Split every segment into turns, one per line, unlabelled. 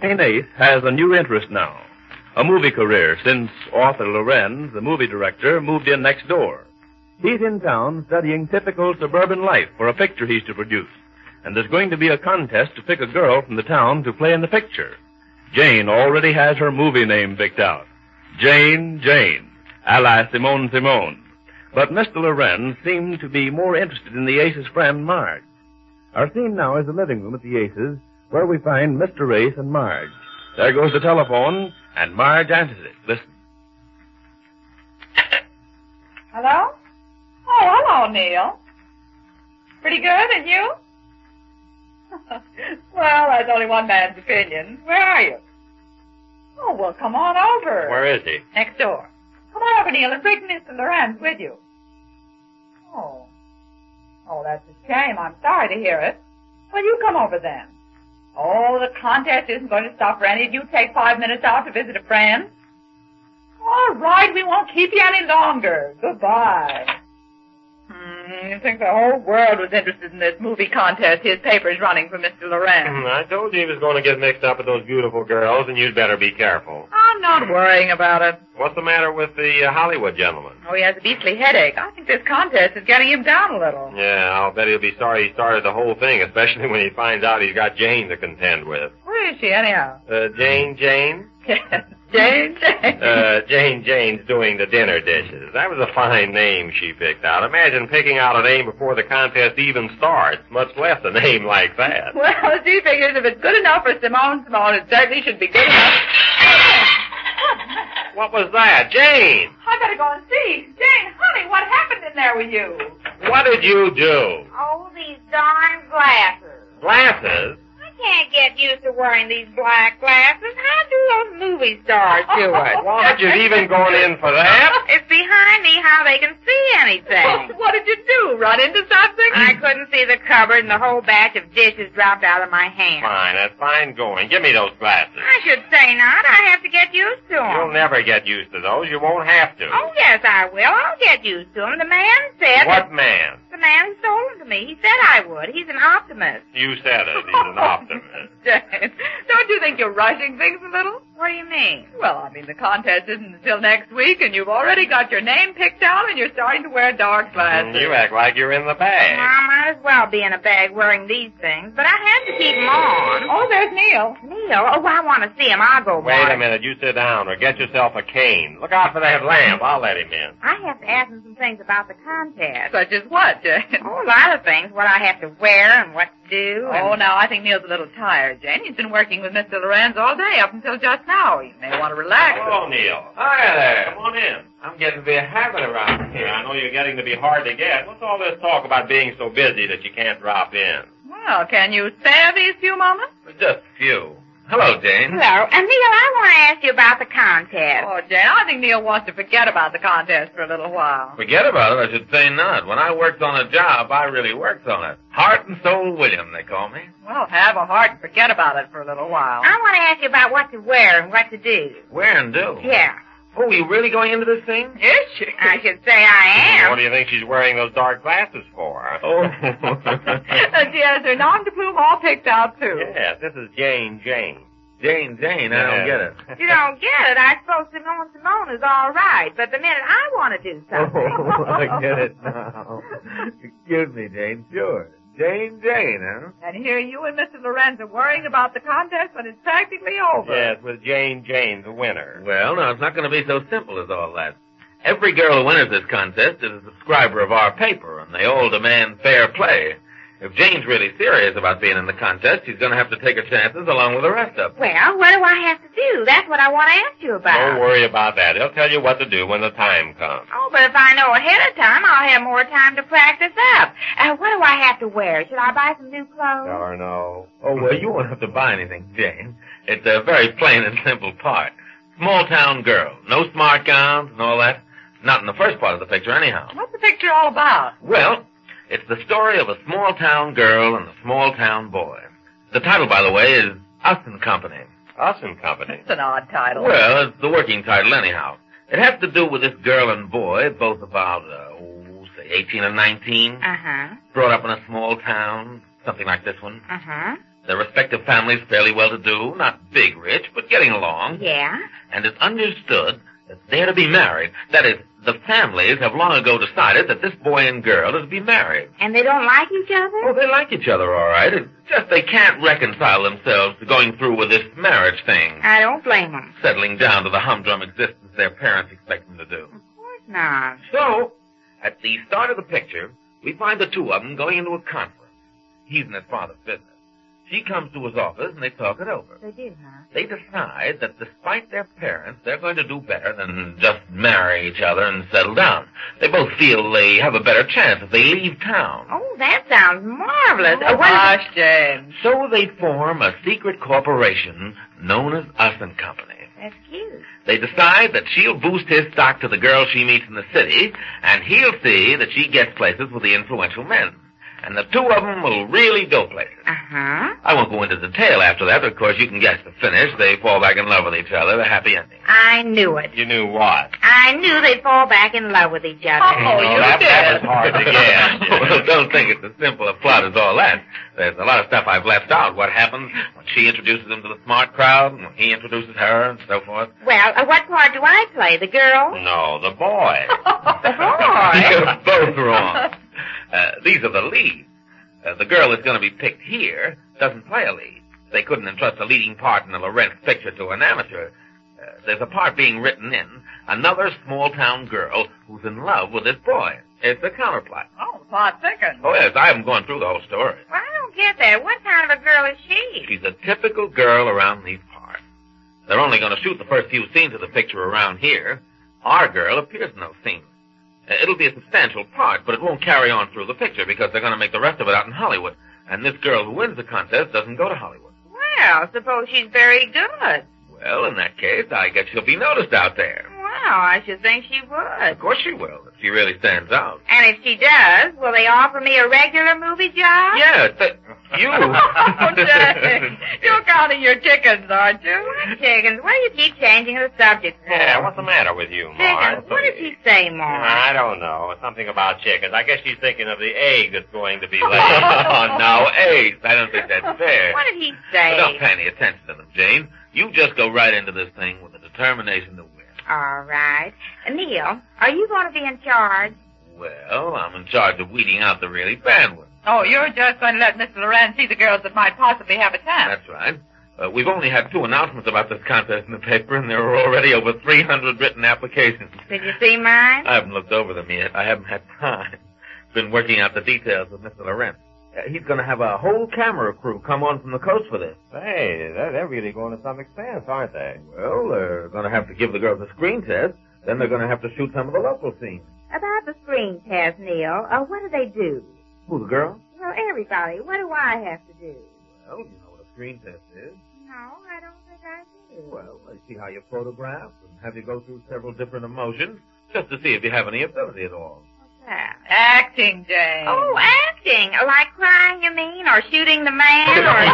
Kane Ace has a new interest now a movie career since Arthur Lorenz, the movie director, moved in next door. He's in town studying typical suburban life for a picture he's to produce. And there's going to be a contest to pick a girl from the town to play in the picture. Jane already has her movie name picked out. Jane Jane, a la Simone Simone. But Mr. Lorenz seemed to be more interested in the Ace's friend, Marge. Our scene now is the living room at the Ace's, where we find Mr. Ace and Marge. There goes the telephone, and Marge answers it. Listen.
Hello? Oh, hello, Neil. Pretty good, and you? well, that's only one man's opinion. Where are you? Oh, well, come on over.
Where is he?
Next door. Come on over, Neil, and bring Mr. Lorenz with you. Oh. Oh, that's a shame. I'm sorry to hear it. Well, you come over then. Oh, the contest isn't going to stop for any of you. Take five minutes out to visit a friend. All right, we won't keep you any longer. Goodbye. Hmm, you think the whole world was interested in this movie contest his paper's running for Mr. Lorenz.
I told you he was going to get mixed up with those beautiful girls, and you'd better be careful.
I'm not worrying about it.
What's the matter with the uh, Hollywood gentleman?
Oh, he has a beastly headache. I think this contest is getting him down a little.
Yeah, I'll bet he'll be sorry he started the whole thing, especially when he finds out he's got Jane to contend with.
Where is she, anyhow?
Uh, Jane, Jane?
Jane, Jane.
Uh, Jane Jane's doing the dinner dishes. That was a fine name she picked out. Imagine picking out a name before the contest even starts, much less a name like that.
Well, she figures if it's good enough for Simone Simone, it certainly should be good enough.
What was that? Jane!
I better go and see. Jane, honey, what happened in there with you?
What did you do?
Oh, these darn glasses.
Glasses?
I can't get used to wearing these black glasses. How do those movie stars do it?
Why Oh, had you even gone in for that?
It's behind me how they can see anything.
What did you do? Run into something?
I couldn't see the cupboard and the whole batch of dishes dropped out of my hand.
Fine, that's fine going. Give me those glasses.
I should say not. I have to get used to
You'll
them.
never get used to those. You won't have to.
Oh, yes, I will. I'll get used to them. The man said...
What man?
The man who sold them to me. He said I would. He's an optimist.
You said it. He's an optimist.
Jane, don't you think you're rushing things a little?
What do you mean?
Well, I mean, the contest isn't until next week, and you've already got your name picked out, and you're starting to wear dark glasses.
Mm, You act like you're in the
Well,
bag.
I might as well be in a bag wearing these things, but I had to keep them on.
Oh, there's Neil.
Neil, oh, I want to see him. I'll go
Wait
by.
a minute. You sit down or get yourself a cane. Look out for that lamp. I'll let him in.
I have to ask him some things about the contest.
Such as what, Jane?
Oh, a lot of things. What I have to wear and what to do.
Oh,
and-
now I think Neil's a little tired, Jane. He's been working with Mr. Lorenz all day up until just now. He may want to relax.
Oh.
Hello, Neil. Hi there. Come on in. I'm getting to be a habit around here. I know you're getting to be hard to get. What's all this talk about being so busy that you can't drop in?
Well, can you spare these few moments?
Just a few. Hello, Jane.
Hello. And Neil, I want to ask you about the contest.
Oh, Jane, I think Neil wants to forget about the contest for a little while.
Forget about it. I should say not. When I worked on a job, I really worked on it. Heart and soul William, they call me.
Well, have a heart and forget about it for a little while.
Ah.
I want to ask you about what to wear and what to do.
Where and do?
Yeah.
Oh, you really going into this thing?
Is she?
I should say I am.
What do you think she's wearing those dark glasses for?
Oh.
Uh, And she has her nom de plume all picked out, too.
yes, this is Jane Jane.
Jane, Jane, I don't get it.
You don't get it. I suppose Simone Simone is all right, but the minute I want to do something.
Oh, I get it now. Excuse me, Jane. Sure. Jane, Jane, huh?
And here you and Mr. Lorenz are worrying about the contest when it's practically over.
Yes, with Jane Jane, the winner.
Well, now, it's not going to be so simple as all that. Every girl who enters this contest is a subscriber of our paper, and they all demand fair play. If Jane's really serious about being in the contest, she's going to have to take her chances along with the rest of them.
Well, what do I have to do? That's what I want to ask you about.
Don't worry about that. He'll tell you what to do when the time comes.
Oh, but if I know ahead of time, I'll have more time to practice up. Uh, what do I have to wear? Should I buy some new clothes?
Or no.
Oh, well, you won't have to buy anything, Jane. It's a very plain and simple part. Small town girl. No smart gowns and all that. Not in the first part of the picture, anyhow.
What's the picture all about?
Well, it's the story of a small town girl and a small town boy. The title, by the way, is Us and Company.
Us and company.
It's an odd title.
Well, it's the working title, anyhow. It has to do with this girl and boy, both about, uh, oh, say, 18 or 19,
Uh-huh,
brought up in a small town, something like this one.
uh-huh.
Their respective families fairly well-to-do, not big rich, but getting along.
Yeah?
And it's understood that they're to be married. That is, the families have long ago decided that this boy and girl are to be married.
And they don't like each
Well,
Oh.
other?
they like each other, all right. It's just they can't reconcile themselves to going through with this marriage thing.
I don't blame them.
Settling down to the humdrum existence their parents expect them to do.
Of course not.
So, at the start of the picture, we find the two of them going into a conference. He's in his father's business. She comes to his office and they talk it over.
They do, huh?
They decide that despite their parents, they're going to do better than just marry each other and settle down. They both feel they have a better chance if they leave town.
Oh, that sounds marvelous.
Oh,
Uh, what-
gosh, James.
So they form a secret corporation known as Us and Company.
That's cute.
They decide that she'll boost his stock to the girl she meets in the city, and he'll see that she gets places with the influential men. And the two of them will really go places.
Uh-huh.
I won't go into detail after that, but of course you can guess the finish. They fall back in love with each other, a happy ending.
I knew it.
You knew what?
I knew they'd fall back in love with each other.
Oh, you
that, that
did.
was hard to guess. you
well,
know.
don't think it's as simple a plot as all that. There's a lot of stuff I've left out. What happens when she introduces him to the smart crowd, and when he introduces her, and so forth.
Well, uh, what part do I play? The girl?
No, the boy.
Oh,
You're both wrong. Uh, these are the leads. Uh, the girl that's going to be picked here doesn't play a lead. They couldn't entrust a leading part in a Lorentz picture to an amateur. Uh, there's a part being written in another small town girl who's in love with this boy. It's a counterplot.
Oh, plot thickens.
Oh yes, I haven't gone through the whole story.
Well, I don't get that. What kind of a girl is she?
She's a typical girl around these parts. They're only going to shoot the first few scenes of the picture around here. Our girl appears in those scenes. Uh, It'll be a substantial part, but it won't carry on through the picture because they're going to make the rest of it out in Hollywood. And this girl who wins the contest doesn't go to Hollywood.
Well, suppose she's very good.
Well, in that case, I guess she'll be noticed out there.
Well, I should think she would.
Of course she will, if she really stands out.
And if she does, will they offer me a regular movie job?
Yeah, th- you.
Oh, James. You're counting your chickens, aren't you?
What, Chickens, why do you keep changing the subject for?
yeah, what's the matter with you, Mars?
Chickens, what did she say, Mars?
I don't know. Something about chickens. I guess she's thinking of the egg that's going to be laid. oh,
no, Ace, I don't think that's fair.
What did he
But don't
say?
pay any attention to them, Jane. You just go right into this thing with a determination to win.
All right. Neil, are you going to be in charge?
Well, I'm in charge of weeding out the really bad ones.
Oh, you're just going to let Mr. Loren see the girls that might possibly have a chance.
That's right. Uh, we've only had two announcements about this contest in the paper, and there are already over 300 written applications.
Did you see mine?
I haven't looked over them yet. I haven't had time. Been working out the details with Mr. Laurent. Uh, he's going to have a whole camera crew come on from the coast for this.
Hey, they're, really going to some expense, aren't they?
Well, they're going to have to give the girls a screen test. Then they're going to have to shoot some of the local scenes.
About the screen test, Neil, uh, what do they do?
Who, the girls?
Well, everybody, what do I have to do?
Well, you know what a screen test is.
No, I don't think I do.
Well, they see how you photograph and have you go through several different emotions just to see if you have any ability at all.
What's that?
Acting, James.
Oh, acting. Like crying, you mean? Or shooting the man? Or...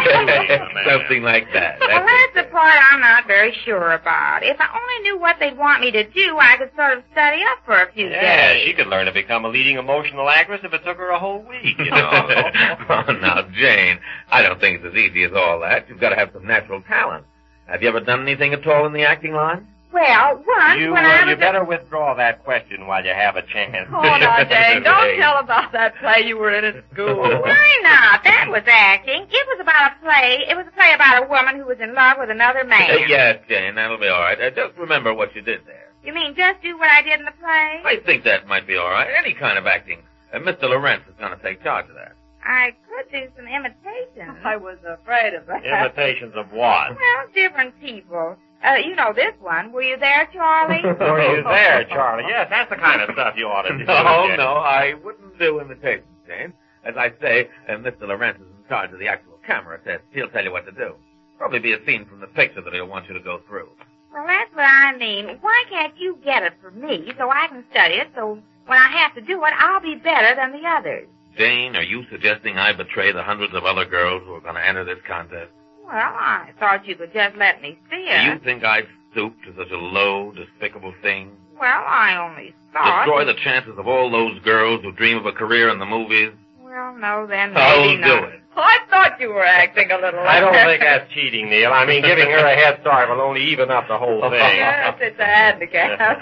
Something like that.
well,
it.
that's the part I'm not very sure about. If I only knew what they'd want me to do, I could sort of study up for a few
Yeah,
days.
she could learn to become a leading emotional actress if it took her a whole week, you
You
know.
know. oh, now, Jane, I don't think it's as easy as all that. You've got to have some natural talent. Have you ever done anything at all in the acting line?
Well, once
you,
when
uh,
I
you
was
better withdraw that question while you have a chance.
Oh, no, Jane, don't tell about that play you were in at
a...
school.
Why not? That was acting. It was about a play. It was a play about a woman who was in love with another man.
Uh, yes, Jane, that'll be all right. Uh, just remember what you did there.
You mean just do what I did in the play?
I think that might be all right. Any kind of acting. Uh, Mr. Lorenz is going to take charge of that.
I could do some imitation.
I was afraid of that.
Imitations of what?
Well, different people. Uh, you know this one. Were you there, Charlie?
Were you there, Charlie? Yes, that's the kind of stuff you ought to do.
No,
Jack.
Oh, no, I wouldn't do imitations, Jane. As I say, uh, Mr. Lawrence is in charge of the actual camera test. He'll tell you what to do. Probably be a scene from the picture that he'll want you to go through.
Well, that's what I mean. Why can't you get it for me so I can study it so when I have to do it, I'll be better than the others?
Jane, are you suggesting I betray the hundreds of other girls who are going to enter this contest?
Well, I thought you could just let me see
Do
it.
you think I'd stoop to such a low, despicable thing?
Well, I only thought.
Destroy the chances of all those girls who dream of a career in the movies?
Well, no, then
I'll
maybe
do
not.
it.
Oh, I thought you were acting a little.
I don't think that's cheating, Neil. I mean, giving her a head start will only even up the whole thing.
yes, it's a handicap.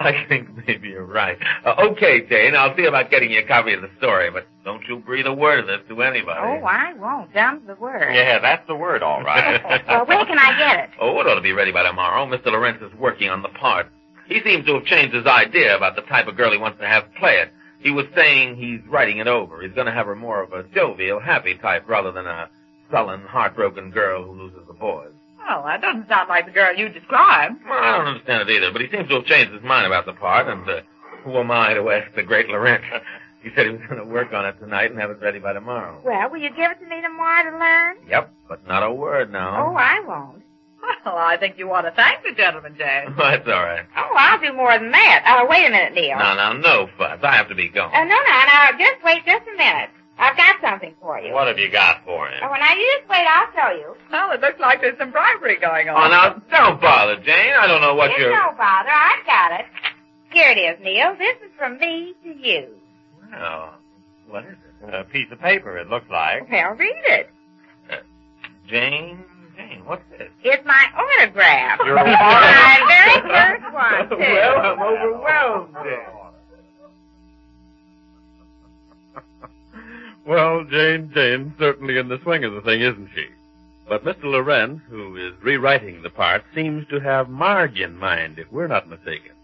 I think maybe you're right. Uh, okay, Jane, I'll see about getting you a copy of the story, but don't you breathe a word of this to anybody.
Oh, I won't. Dumb's the word.
Yeah, that's the word, all right.
Well, where can I get it?
Oh, it ought to be ready by tomorrow. Mr. Lorenz is working on the part. He seems to have changed his idea about the type of girl he wants to have play it. He was saying he's writing it over. He's going to have her more of a jovial, happy type rather than a sullen, heartbroken girl who loses the boys.
Well, that doesn't sound like the girl you described.
Well, I don't understand it either, but he seems to have changed his mind about the part, and uh, who am I to ask the great Lorenz? He said he was going to work on it tonight and have it ready by tomorrow.
Well, will you give it to me tomorrow to learn?
Yep, but not a word now.
Oh, I won't.
Well, I think you ought to thank the gentleman, Jane.
That's all right.
Oh, I'll do more than that. Uh, wait a minute, Neil.
No, no, no fuss. I have to be going.
Uh, no, no, no. Just wait just a minute. I've got something for you.
what have you got for him?
Oh, well, now you just wait. I'll show you.
Well, it looks like there's some bribery going
Oh,
on.
now, don't bother, Jane. I don't know what
it's
you're...
no bother. I've got it. Here it is, Neil. This is from me to you.
Well, what is it?
A piece of paper, it looks like.
Well, read it.
Jane, Jane, what's this?
It's my autograph.
Your
my very first one, too.
well, I'm overwhelmed, Jane.
Well, Jane, Jane's certainly in the swing of the thing, isn't she? But Mr. Lorenz, who is rewriting the part, seems to have Marge in mind, if we're not mistaken.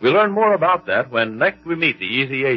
We'll learn more about that when next we meet the Easy Agent.